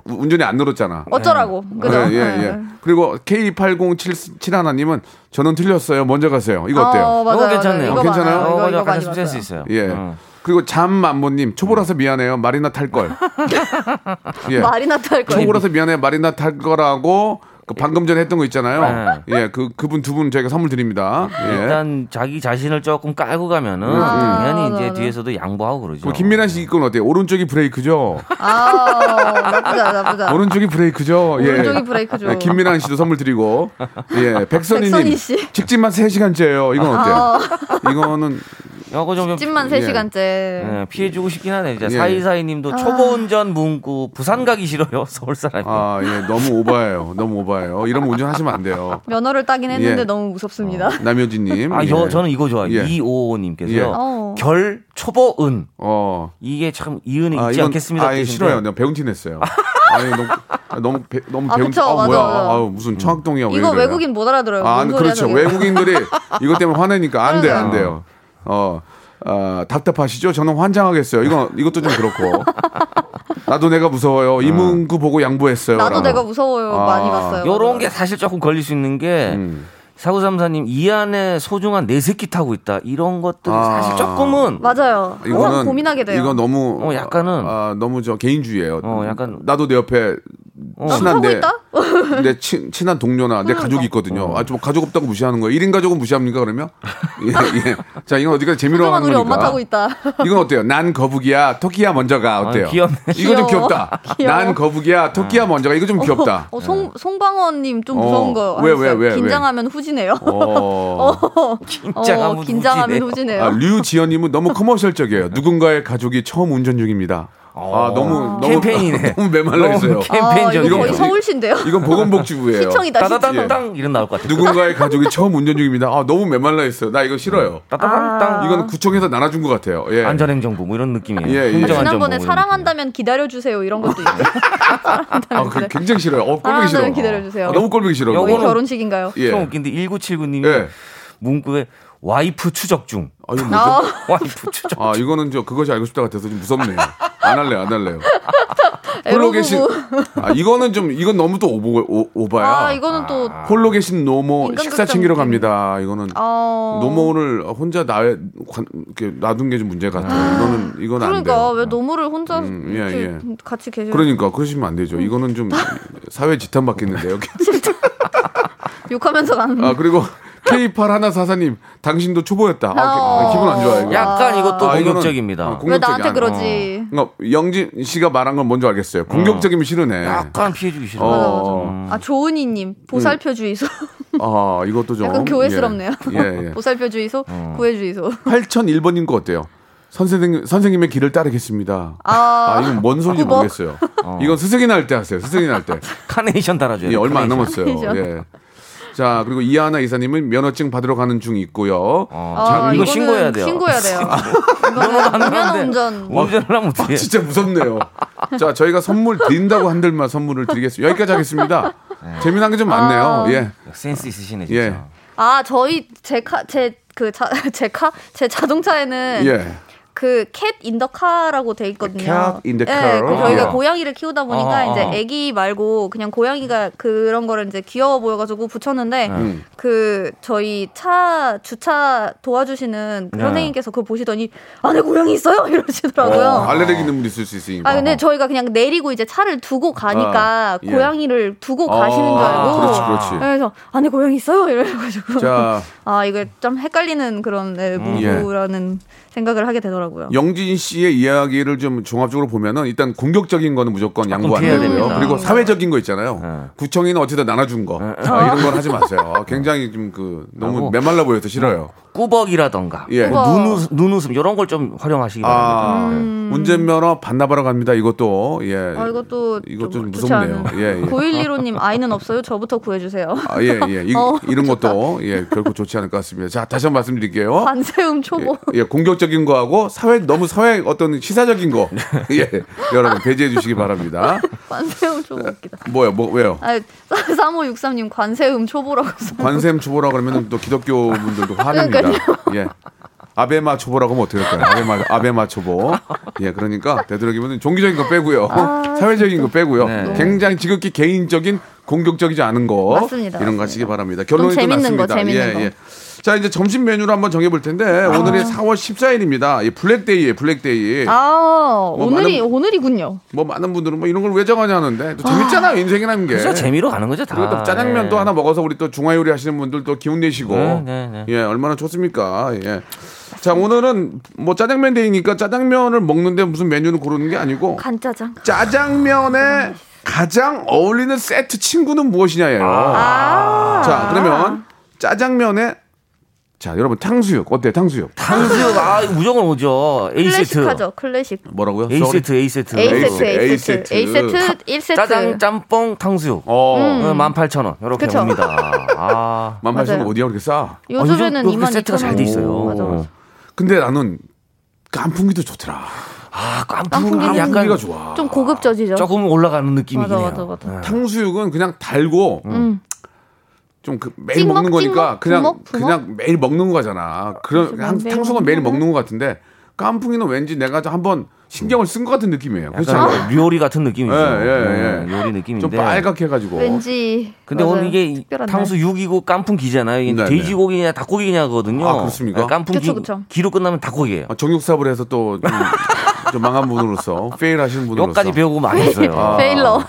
운전이 안 늘었잖아. 어쩌라고 예, 그죠? 네. 예, 예. 그리고 K8077 하나님은 저는 틀렸어요. 먼저 가세요. 이거 어때요? 어, 맞아요, 거 괜찮네요. 맞아요. 어, 이거 괜찮아요? 많아요. 이거, 이거 많이 센스 봤어요. 있어요. 예. 어. 그리고 잠만보님 초보라서 미안해요. 마리나 탈 걸. 예. 말이 나타날 그러니까 거예요. 초보라서 미안해 마리나 탈 거라고 그 방금 전에 했던 거 있잖아요. 예, 그 그분 두 분 저희가 선물 드립니다. 예. 네. 음, 일단 자기 자신을 조금 깔고 가면은 아, 당연히 이제 맞아. 뒤에서도 양보하고 그러죠. 그럼 김민아 씨 이건 어때요? 오른쪽이 브레이크죠. 아, 나쁘다, 나쁘다. 오른쪽이 브레이크죠. 예. 오른쪽이 브레이크죠. 예, 김민아 씨도 선물 드리고. 예, 백선희님 백선희 씨. 직진만 3 시간째예요. 이건 어때요? 아, 이거는 요거 좀 찜만 예. 3시간째. 예, 피해주고 싶긴 하네. 이제 예. 아. 사이사이님도 초보 운전 문구 부산 가기 싫어요. 서울 사람이. 아, 예, 너무 오바예요. 너무 오바예요. 이러면 운전하시면 안 돼요. 면허를 따긴 했는데 예. 너무 무섭습니다. 남효진님. 아, 예. 여, 저는 이거 좋아요. 예. 255님께서 예. 어. 결 초보 은 어. 이게 참 이은이 있지 않겠습니다. 아예 뜻인데. 네, 싫어요. 내가 배운 티 냈어요. 아니 너무 아, 너무 배, 너무 아, 배운 그쵸, 아 맞아, 뭐야? 맞아. 아유 무슨 청학동이야 왜 이거 이래. 외국인 못 알아들어요. 네. 아 뭔 소리야, 그렇죠. 저게. 외국인들이 이것 때문에 화내니까 안 돼 안 돼요. 어. 아, 답답하시죠? 저는 환장하겠어요. 이거 이것도 좀 그렇고. 나도 내가 무서워요. 이 문구 보고 양보했어요. 나도 라고. 내가 무서워요. 아. 음. 많이 봤어요. 요런 게 사실 조금 걸릴 수 있는 게 음. 사구삼사님 이 안에 소중한 내 새끼 타고 있다 이런 것들이 아. 사실 조금은 맞아요. 항상 어, 고민하게 돼요. 이거 너무 어, 약간은. 아, 너무 저 개인주의예요. 어, 약간. 나도 내 옆에 어. 나도 타고 친한데 있다? 어. 내 친, 친한 동료나 내 가족이 있거든요. 어. 아, 좀 가족 없다고 무시하는 거예요. 1인 가족은 무시합니까, 그러면? 예, 예. 자, 이건 어디까지 재미로 그동안 하는 우리 거니까. 엄마 타고 있다. 이건 어때요? 난 거북이야, 토끼야 먼저 가. 어때요? 아, 귀엽네. 이거 좀 귀여워. 귀엽다. 귀여워. 난 거북이야, 토끼야 먼저 가. 이거 좀 귀엽다. 어, 어, 송 송방원님 좀 무서운 예. 어, 거. 왜, 왜, 알았어요. 왜, 왜? 긴장하면 후지네요. 어. 긴장하면 어, 긴장하면 후지네요. 후지네요. 아, 류지연님은 너무 커머셜적이에요. 누군가의 가족이 처음 운전 중입니다. 아, 너무, 너무. 어. 캠페인이네. 너무 메말라겠어요. 너무 캠페인 아, 이거 적이에요. 거의 서울시인데요. 이건 보건복지부예요. 시청이다 시청. 따다당당 이런 나올 것 같아. 누군가의 가족이 처음 운전 중입니다. 아, 너무 메말라했어요. 나 이거 싫어요. 아. 음. 따다당당 네. 이건 구청에서 나눠준 것 같아요. 예. 안전행정부 뭐 이런 느낌이에요. 예, 예. 아, 행정안전부 지난번에 뭐 이런 사랑한다면 기다려주세요 이런 것도 있어요. 아, 그 굉장히 싫어요. 어, 꼴보기 싫어. 사랑한다면 네, 기다려주세요. 아, 너무 꼴보기 싫어. 왜 요거는- 결혼식인가요? 예. 느낌. 좀 음. 웃긴데 1979님이 예. 문구에 와이프 추적 중. 아, 이거 뭐죠? 아, 와이프 추적. 아, 이거는 저 그것이 알고 싶다 같아서 좀 무섭네요. 안 할래요, 안 할래요. 홀로 에로부부. 계신 아, 이거는 좀 이건 너무 또 오버 오, 오바야. 아 이거는 또 홀로 계신 노모 인간극장 식사 챙기러 느낌. 갑니다. 이거는 어... 노모를 혼자 나 이렇게 놔둔 게 좀 문제 같아요. 이거는 이건 안 그러니까 돼요. 왜 노모를 혼자 음, 예, 이렇게 예. 같이 계시 그러니까 그러시면 안 되죠. 이거는 좀 사회 지탄 받겠는데요. 욕하면서 가는 아 그리고 K8 하나 사사님 당신도 초보였다. 아, 기- 기분 안 좋아요. 이거. 약간 이것도 아, 이거는- 공격적입니다. 아, 공격적이 왜 나한테 아니야. 그러지? 그러니까 영진 씨가 말한 건 뭔지 알겠어요. 공격적이면 싫으네. 약간 피해주기 싫어. 어. 음. 맞아 맞아. 아 조은이님 보살펴 주의소. 아 이것도 좀 약간 교회스럽네요. 예, 예. 예. 보살펴 주의소, 어. 구해 주의소. 8001번님 거 어때요? 선생님 선생님의 길을 따르겠습니다. 아, 아, 이건 뭔 소리인지 구벅. 모르겠어요. 이건 스승이 날 때 하세요. 스승이 날 때. 카네이션 달아줘요. 예, 얼마 안 남았어요. 카네이션. 예. 자 그리고 이하나 이사님은 면허증 받으러 가는 중 있고요. 어, 아, 자, 이거 이거는 신고해야 돼요. 아, 신고해야 돼요. 안 이거는 하는데. 운전. 운전을 하면 어떻게? 진짜 무섭네요. 자, 저희가 선물 드린다고 한들만 선물을 드리겠습니다. 여기까지 하겠습니다. 재미난 게 좀 많네요. 예. 센스 있으시네 진짜. 예. 아, 저희 그 제카제그제카제 자동차에는 예. 그 캣 인더카라고 돼 있거든요. cat in the car. 예, 그 저희가 아. 고양이를 키우다 보니까 아, 이제 아. 아기 말고 그냥 고양이가 그런 거를 이제 귀여워 보여가지고 네. 붙였는데 그 저희 차 주차 도와주시는 그 네. 선생님께서 그걸 보시더니 안에 고양이 있어요 이러시더라고요. 알레르기 있는 분 있을 수 있으니까. 아 근데 저희가 그냥 내리고 이제 차를 두고 가니까 아, 예. 고양이를 두고 아, 가시는 줄 알고 네, 그렇지, 그렇지. 그래서 안에 고양이 있어요 이래가지고 자, 아 이거 좀 헷갈리는 그런 네, 문구라는 음, 예. 생각을 하게 되더라고요. 영진 씨의 이야기를 좀 종합적으로 보면은 일단 공격적인 거는 무조건 양보 안 피해야 되고요. 됩니다. 네. 그리고 사회적인 거 있잖아요. 구청이는 어디다 나눠준 거 아, 이런 건 하지 마세요. 아, 굉장히 좀 그 너무 하고. 메말라 보여서 싫어요. 꾸벅이라던가 예. 뭐 눈웃, 눈웃음 이런 걸 좀 활용하시기 바랍니다. 음. 아, 운전면허 반납하러 갑니다. 이것도 예. 음. 아 이것도 이것도 좀 좀 좋지 무섭네요. 않은. 예, 예. 9115님 아이는 없어요. 저부터 구해주세요. 아, 예, 예. 이, 어, 이런 것도 예, 결코 좋지 않을 것 같습니다. 자, 다시 한 번 말씀드릴게요. 반세음 초보. 예, 예, 공격적인 거하고 사회 너무 사회 어떤 시사적인 거. 네. 예. 여러분 배제해 주시기 바랍니다. 반세음 초보 웃기다. 뭐요? 뭐 왜요? 아 3563님 관세음 초보라고 써. 관샘 초보라 그러면 또 기독교 분들도 화냅니다. 예. 아베마 초보라고 하면 어떻게 할까요? 아베마 아베마 초보. 예, 그러니까 되도록이면 종교적인 거 빼고요. 아, 사회적인 거 빼고요. 네. 굉장히 지극히 개인적인 공격적이지 않은 거 맞습니다. 이런 거 하시기 바랍니다. 결론이 또 재밌는 거, 났습니다. 예, 재밌는 거. 자, 이제 점심 메뉴를 한번 정해 볼 텐데 오늘이 4월 14일입니다. 블랙데이에 블랙데이. 아 뭐 오늘이 많은- 오늘이군요. 뭐 많은 분들은 뭐 이런 걸 왜 정하냐 하는데 또 재밌잖아요 인생이라는 게. 진짜 재미로 가는 거죠 예. 그리고 또 다. 짜장면 예. 또 하나 먹어서 우리 또 중화 요리 하시는 분들 또 기운 내시고 네, 네, 네. 예 얼마나 좋습니까 예. 자 오늘은 뭐 짜장면 데이니까 짜장면을 먹는데 무슨 메뉴를 고르는 게 아니고 간짜장. 짜장면에 가장 어울리는 세트 친구는 무엇이냐예요. 아. 자 그러면 짜장면에 자 여러분 탕수육 어때 요 탕수육 탕수육 아 이거 무조건 오죠. A 세트. 클래식하죠. 클래식. 뭐라고요? A Sorry. 세트 A 세트. A 에이세트, 세트, A 에이세트. 세트, A 세트, 1 세트. 음. 짜장 짬뽕 탕수육. 어 어, 18,000원. 이렇게 그쵸. 옵니다. 아. 만팔천 맞아요. 어디야 그렇게 싸? 요즘에는 어, 이 정도 2만 세트가 잘 돼 있어요. 맞아, 맞아. 근데 나는 깐풍기도 좋더라. 아, 깐풍기는 깐풍기 약간 깐풍기가 좋아. 좀 고급져지죠. 예. 조금 올라가는 느낌이긴 맞아, 해요. 맞아, 맞아. 네. 탕수육은 그냥 달고 음. 좀 그 매일 찍먹, 먹는 거니까 찍먹, 그냥 부먹, 부먹? 그냥 매일 먹는 거잖아. 그런 그렇지, 한- 매일 탕수육은 먹는 매일 거는? 먹는 것 같은데 깐풍이는 왠지 내가 좀 한번 신경을 쓴 것 같은 느낌이에요. 그렇지 약간 않아요? 요리 같은 느낌이죠. 그렇죠. 예, 예, 예. 예, 요리 좀 느낌인데. 빨갛게 해가지고 왠지. 근데 맞아요. 오늘 이게 특별한 날. 탕수육이고 깐풍기잖아요. 이게 네, 네. 돼지고기냐 닭고기냐거든요. 네, 아, 그렇습니까? 깐풍기 그쵸, 그쵸. 기로 끝나면 닭고기예요. 아, 정육사업을 해서 또 좀 좀 망한 분으로서 페일 하시는 분으로서 아, 여기까지 배우고 망했어요. 페일러.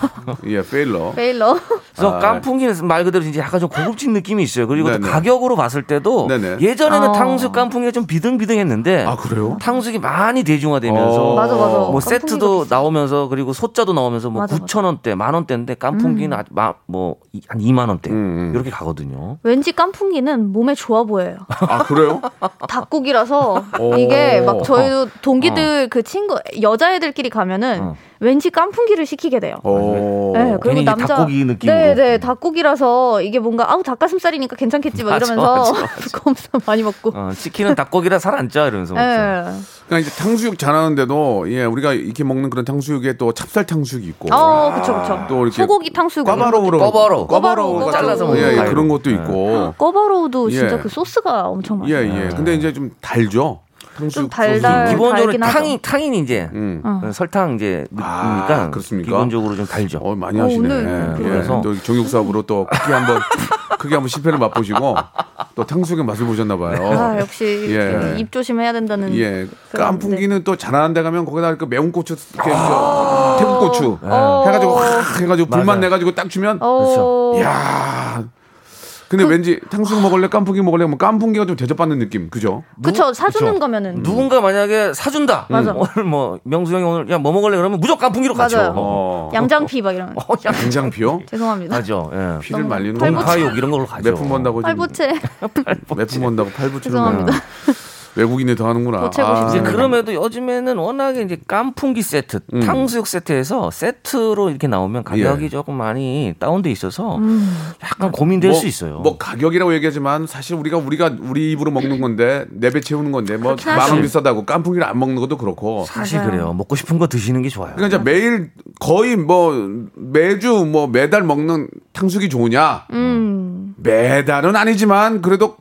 예, 페일러. 페일러. 그래서 아, 깐풍기는 말 그대로 이제 약간 좀 고급진 느낌이 있어요. 그리고 또 네네. 가격으로 봤을 때도 네네. 예전에는 아. 탕수육 깐풍기가 좀 비등비등했는데 아, 그래요? 탕수육이 많이 대중화되면서 어. 맞아, 맞아. 뭐 깐풍기가 세트도 비싸. 나오면서 그리고 소자도 나오면서 뭐 맞아, 음. 9천 원대, 만 원대인데 깐풍기는 아직 마- 뭐한 2만 원대 음, 음. 이렇게 가거든요. 왠지 깐풍기는 몸에 좋아 보여요. 아, 그래요? 닭고기라서 오. 이게 막 저희도 동기들 그 친구 여자애들끼리 가면은 어. 왠지 깐풍기를 시키게 돼요. 오. 네, 괜히 그리고 남자 닭고기 느낌으로. 네, 네, 음. 닭고기라서 이게 뭔가 아우 닭가슴살이니까 괜찮겠지 막 맞아, 이러면서 맞아, 두꺼움살 많이 먹고. 아, 어, 치킨은 닭고기라 살 안 쪄 이러면서 먹죠. 예. 그러니까 이제 탕수육 잘하는데도 예, 우리가 이렇게 먹는 그런 탕수육에 또 찹쌀 탕수육이 있고. 어, 그쵸, 그쵸. 또 이렇게 소고기 탕수육. 꿔바로우로 꿔바로우. 꿔바로우 꿔바로우 뭐 같은 잘라서 거. 먹는 예, 예, 거. 그런 것도 있고. 꺼바로우도 진짜 예. 그 소스가 엄청 많아요. 예, 예. 근데 이제 좀 달죠. 탕수육 좀 아. 달달- 소스. 기본적으로 네, 달긴 하죠. 탕이 탕이 이제 음. 어, 설탕 이제 느끼니까 아, 그렇습니까? 기본적으로 좀 달죠. 어, 많이 하시네. 오늘 예, 그래서. 또 정육 사업으로 또 크게 한번 크게 한번 실패를 맛보시고 또 탕수육의 맛을 보셨나 아, 봐요. 역시 이렇게 예. 입 조심해야 된다는. 예, 그런- 네. 깐풍기는 또 잘하는 데 가면 거기다 그 매운 고추, 이렇게 저 태국 고추 아. 어. 해가지고 확 해가지고 불만 맞아요. 내가지고 딱 주면 네. 어. 그 야. 근데 왠지 탕수육 먹을래 깐풍기 먹을래 하면 깐풍기가 좀 대접받는 느낌 그죠? 그쵸, 사주는 음. 거면은. 누군가 만약에 사준다. 맞아. 음, 오늘 뭐 명수 형이 오늘 야뭐 먹을래 그러면 무조건 깐풍기로 가죠. 맞아요. 어. 아, 양장피 막 이런. 어, 야, 장장피요? 죄송합니다. 맞죠. 예. 피를 말리는 팔보채. 건가? 동파육 이런 걸로 가죠. 몇푼 번다고 지금 팔보채. 몇푼 번다고 팔부채로 죄송합니다. 외국인이 더 하는구나. 아. 보채고 이제 싶지. 그럼에도 요즘에는 워낙에 이제 깐풍기 세트, 탕수육 세트에서 세트로 이렇게 나오면 가격이 음. 예. 조금 많이 다운돼 있어서 음. 약간 고민될 뭐- 수 있어요. 뭐 가격이라고 얘기하지만 사실 우리가 우리가 우리 입으로 먹는 건데 내 배 채우는 건데 뭐 음. 그렇긴 만 원 하죠. 비싸다고 깐풍기를 안 먹는 것도 그렇고. 사실 맞아요. 그래요. 먹고 싶은 거 드시는 게 좋아요. 그러니까 이제 매일 거의 뭐 매주 뭐 매달 먹는 탕수육이 좋으냐? 음. 매달은 아니지만 그래도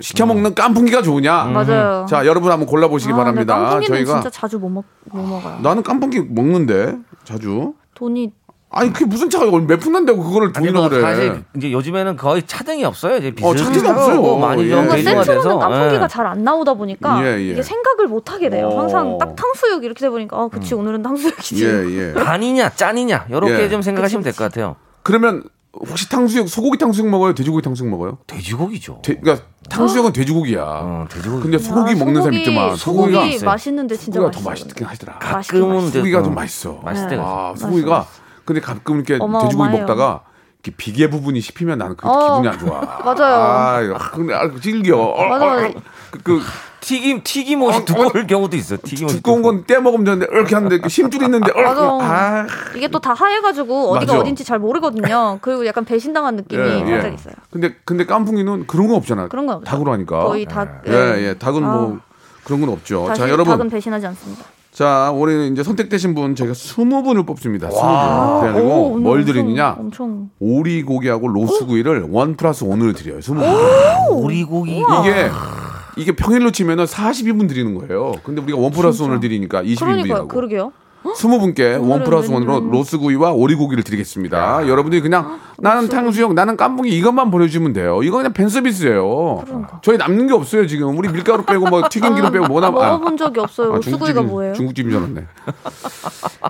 시켜 먹는 깐풍기가 좋으냐? 맞아요. 자 여러분 한번 골라 보시기 아, 근데 바랍니다. 깐풍기는 저희가 진짜 자주 못, 먹, 못 먹어요. 나는 깐풍기 먹는데 자주. 돈이 아니 그게 무슨 차가 몇푼 난다고 그거를 아니, 돈이라고 뭐 그래. 사실 이제 요즘에는 거의 차등이 없어요. 이제 어, 차등이 없어요. 비슷하고 많이 좀 예. 뭔가 네, 세트로는 대중화돼서 깐풍기가 예. 잘 안 나오다 보니까 예, 예. 이게 생각을 못 하게 돼요. 어. 음. 항상 딱 탕수육 이렇게 돼 보니까 아, 그치 오늘은 탕수육이지. 예 예. 반이냐 짠이냐 이렇게 예. 좀 생각하시면 될 것 같아요. 그러면 혹시 탕수육 소고기 탕수육 먹어요? 돼지고기 탕수육 먹어요? 돼지고기죠. 돼- 그러니까 탕수육은 돼지고기야. 어, 돼지고기. 근데 소고기 아, 먹는 사람 소고기- 있지만 소고기 소고기가 있어요. 맛있는데 진짜 소고기가 더 맛있어요. 맛있긴 하더라. 맛있긴 가끔은 이제- 소고기가 좀 어, 맛있어. 맛있을 때가 있어요. 아 소고기가 근데 가끔 이렇게 돼지고기 어마어마해요. 먹다가 이렇게 비계 부분이 씹히면 나는 그 어. 기분이 안 좋아. 맞아요. 아, 이거 아, 근데 아, 질겨. 어, 맞아, 맞아. 어, 어. 그, 그 튀김 튀김 옷이 두꺼울 경우도 있어. 튀김 옷이 아, 두꺼운 건 떼 먹으면 되는데 이렇게 하는데 이렇게 심줄 있는데 어, 맞아. 아, 이게 또 다 하해가지고 어디가 맞아. 어딘지 잘 모르거든요. 그리고 약간 배신당한 느낌이 예, 살짝 예. 있어요. 근데 근데 깐풍이는 그런 건 없잖아. 그런 건 없죠. 닭으로 하니까. 거의 닭. 예, 예. 닭은 뭐 그런 건 없죠. 다시 자, 여러분. 닭은 배신하지 않습니다. 자, 올해는 이제 선택되신 분 저희가 20분을 뽑습니다. 20분. 오, 그래가지고 오늘 아, 뭘 엄청- 드리느냐? 엄청 오리고기하고 로스구이를 원 플러스 원을 드려요. 20분. 오리고기. 이게 이게 평일로 치면은 42분 드리는 거예요. 근데 우리가 원 플러스 원을 드리니까 그러니까 21분이라고. 그러게요. 20분께 원 오늘은 아, 플러스 원으로 로스구이와 오리고기를 드리겠습니다. 여러분들이 그냥 나는 탕수육, 나는 깐풍기 이것만 보내주시면 돼요. 이거 그냥 팬 서비스예요. 저희 남는 게 없어요 지금. 우리 밀가루 빼고 뭐 튀김기름 빼고 뭐 남. 아, 먹어본 적이 없어요. 아, 로스구이가 중국집인- 뭐예요? 중국집인 줄 알았네.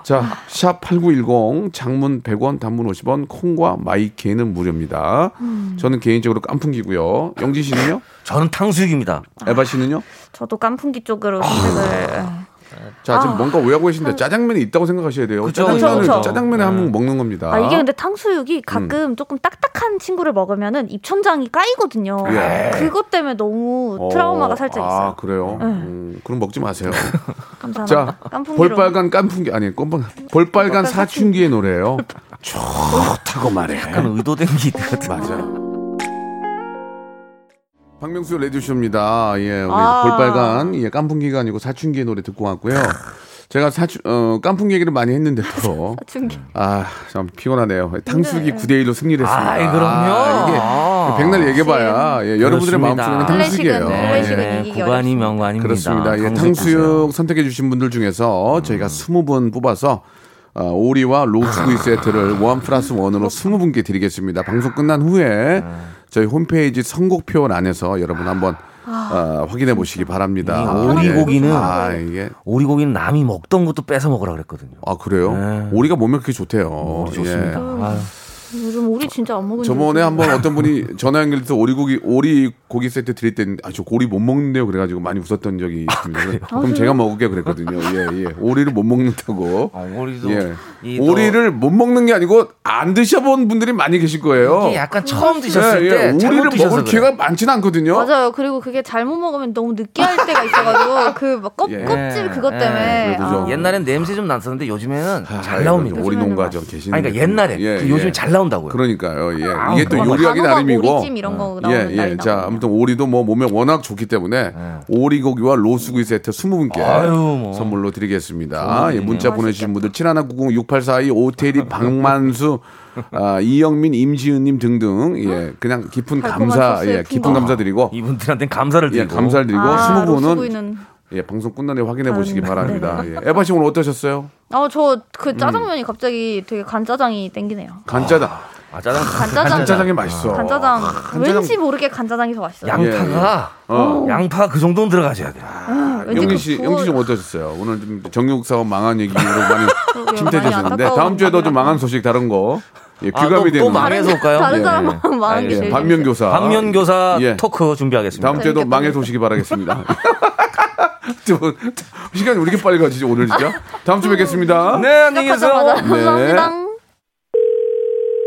자, 샵8910 장문 100원, 단문 50원, 콩과 마이케는 무료입니다. 음. 저는 개인적으로 깐풍기고요. 영지 씨는요? 저는 탕수육입니다. 에바 씨는요? 저도 깐풍기 쪽으로 아. 선택을. 예. 자, 지금 뭔가 오해하고 계신데 짜장면이 있다고 생각하셔야 돼요. 그쵸, 음. 짜장면을 아. 그쵸, 그쵸. 짜장면에 한번 먹는 겁니다. 아 이게 근데 음. 탕수육이 가끔 조금 딱딱한 친구를 먹으면은 입천장이 까이거든요. 예. 그것 때문에 너무 어, 트라우마가 살짝 있어요. 네. 아, 그래요? 음, 그럼 먹지 마세요. 자, 감사합니다. 깐풍기로. 볼빨간 깐풍기 아니, 껌빵 볼빨간 사춘기의 노래예요. 좋다고 말해. 약간 의도된 게 있거든. 네. 맞아요. 박명수 레디쇼입니다. 예, 우리 아. 볼빨간 예 깐풍기가 아니고 사춘기의 노래 듣고 왔고요. 제가 사춘 어 깐풍기 얘기를 많이 했는데도 중기. 예. 아참 피곤하네요. 탕수기 9대 1로 승리했습니다. 아, 아이, 그럼요. 이게 백날 얘기해봐야 예, 여러분들의 그렇습니다. 마음속에는 탕수기예요. 클래식은, 예. 클래식은 네, 이기기 구간이 어렵습니다. 명관입니다. 그렇습니다. 예, 탕수육 선택해주신 분들 중에서 저희가 20분 뽑아서 어, 오리와 로스구이 세트를 원 플러스 원으로 20분께 드리겠습니다. 방송 끝난 후에 저희 홈페이지 선곡표 안에서 여러분 한번 어, 확인해 보시기 바랍니다. 이 네, 오리고기는 아, 이게 오리고기는 남이 먹던 것도 뺏어 먹으라 그랬거든요. 아 그래요? 오리가 몸에 그렇게 좋대요. 좋습니다. 예. 아유. 음. 요즘 오리 진짜 안 먹으니까. 저번에 한번 어떤 분이 전화 연결해서 오리고기 오리 고기 세트 드릴 때 아 저 오리 못 먹는데요 그래가지고 많이 웃었던 적이 있습니다. 그럼 그래요? 제가 먹을게 그랬거든요. 예 예. 오리를 못 먹는다고. 아, 오리도 예. 이 오리를 못 먹는 게 아니고 안 드셔본 분들이 많이 계실 거예요. 이게 약간 처음 예, 드셨을 예. 때 잘못 오리를 드셔서 먹을 그래요. 기회가 많지는 않거든요. 맞아요. 그리고 그게 잘못 먹으면 너무 느끼할 때가 있어가지고 그막 예. 껍질 그것 예. 때문에. 그래도 좀- 아. 옛날엔 냄새 좀 났었는데 요즘에는 아, 잘 나옵니다. 오리 농가 좀 계신. 아니, 그러니까 옛날에. 그 요즘에 잘 나온다고요. 예. 그러니까요. 예. 아, 이게 또 그건 요리하기 단호박 나름이고. 오리찜 이런 거 예, 나오는 예. 날이 자, 나오거든요. 아무튼 오리도 뭐 몸에 워낙 좋기 때문에 오리고기와 로스구이 세트 20분께 네. 아유, 뭐. 선물로 드리겠습니다. 좋은 예, 문자 일이네요. 보내주신 분들 7190-6842 오태리 박만수 아, 이영민 임지은님 등등 예, 그냥 깊은 달콤한 감사 소스에 예, 깊은 풍덩. 감사드리고 아, 이분들한테 감사를 예, 드리고 감사를 드리고 아, 20분은 로스구이는 아, 네. 예, 방송 끝난 후에 확인해 보시기 다른- 바랍니다. 예. 에바 씨 오늘 어떠셨어요? 아저 음. 그 짜장면이 갑자기 되게 간짜장이 땡기네요. 간짜장. 아, 짜장 간짜장. 간짜장이 맛있어. 간짜장. 간짜장. 왠지 모르게 간짜장이 더 맛있어요. 양파가 예, 어. 아, 양파 그 정도는 들어가셔야 돼요. 왠지 영진 그 씨, 부어- 영진 씨 어떠셨어요? 오늘 좀 정육 사업 망한 얘기로 많이 많이 침체되셨는데 안타까운 다음 주에도 마음이라서. 좀 망한 소식 다른 거 예, 아, 또- 귀감이 되는 또 망해서 올까요? 다른 예. 사람만 망한 게 알겠습니다. 제일 반면교사. 반면교사 예. 토크 준비하겠습니다. 다음 주에도 재밌겠다, 망해서 오시기 바라겠습니다. 두 분, 시간이 왜 이렇게 빨리 가지지 오늘 진짜? 다음 주에 뵙겠습니다. 네 안녕히 재밌어요. 계세요. 시작하자마자 감사합니다.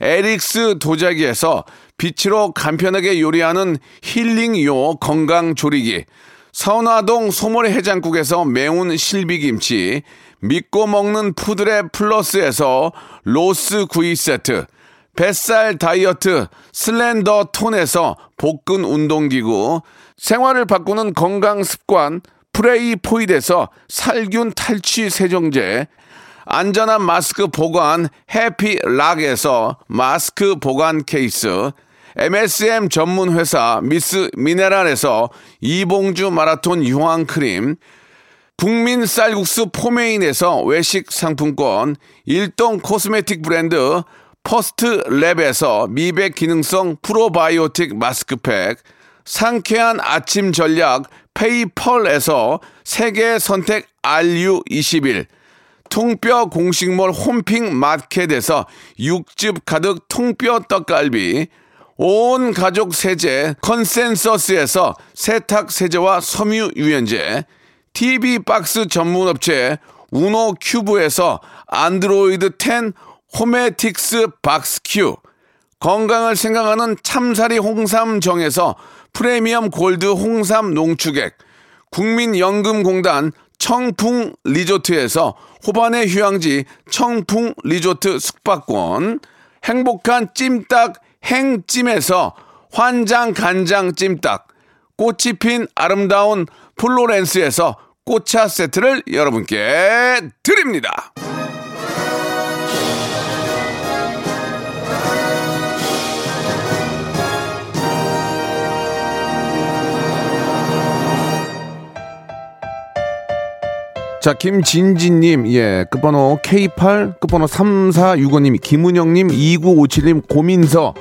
에릭스 도자기에서 빛으로 간편하게 요리하는 힐링요 건강조리기, 선화동 소머리해장국에서 매운 실비김치, 믿고 먹는 푸드의 플러스에서 로스 구이 세트, 뱃살 다이어트 슬렌더 톤에서 복근 운동기구, 생활을 바꾸는 건강 습관 프레이 포이드에서 살균 탈취 세정제, 안전한 마스크 보관 해피락에서 마스크 보관 케이스, MSM 전문 회사 미스 미네랄에서 이봉주 마라톤 유황 크림, 국민 쌀국수 포메인에서 외식 상품권, 일동 코스메틱 브랜드 퍼스트랩에서 미백 기능성 프로바이오틱 마스크팩, 상쾌한 아침 전략 페이펄에서 세계 선택 RU21, 통뼈 공식몰 홈핑 마켓에서 육즙 가득 통뼈 떡갈비, 온 가족 세제 컨센서스에서 세탁 세제와 섬유 유연제, TV 박스 전문 업체 우노 큐브에서 안드로이드 10 호메틱스 박스 큐, 건강을 생각하는 참사리 홍삼정에서 프리미엄 골드 홍삼 농축액, 국민연금공단 청풍 리조트에서 호반의 휴양지 청풍 리조트 숙박권, 행복한 찜닭 행찜에서 환장 간장 찜닭, 꽃이 핀 아름다운 플로렌스에서 꽃차 세트를 여러분께 드립니다. 자, 김진진님, 예, 끝번호 K8, 끝번호 3465님, 김은영님, 2957님, 고민서,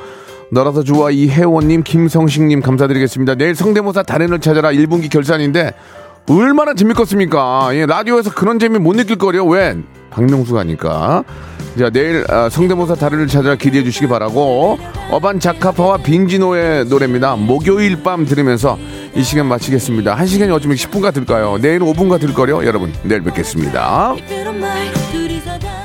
너라서 좋아, 이혜원님, 김성식님, 감사드리겠습니다. 내일 성대모사 달인을 찾아라 1분기 결산인데, 얼마나 재밌겠습니까? 예, 라디오에서 그런 재미 못 느낄 거려. 왜? 박명수가 하니까. 자, 내일 아, 성대모사 달인을 찾아 기대해 주시기 바라고, 어반 자카파와 빈지노의 노래입니다. 목요일 밤 들으면서 이 시간 마치겠습니다. 한 시간이 어쩌면 10분 같을까요? 내일 5분 같을거요 여러분, 내일 뵙겠습니다. 이끌어 말 둘이서 다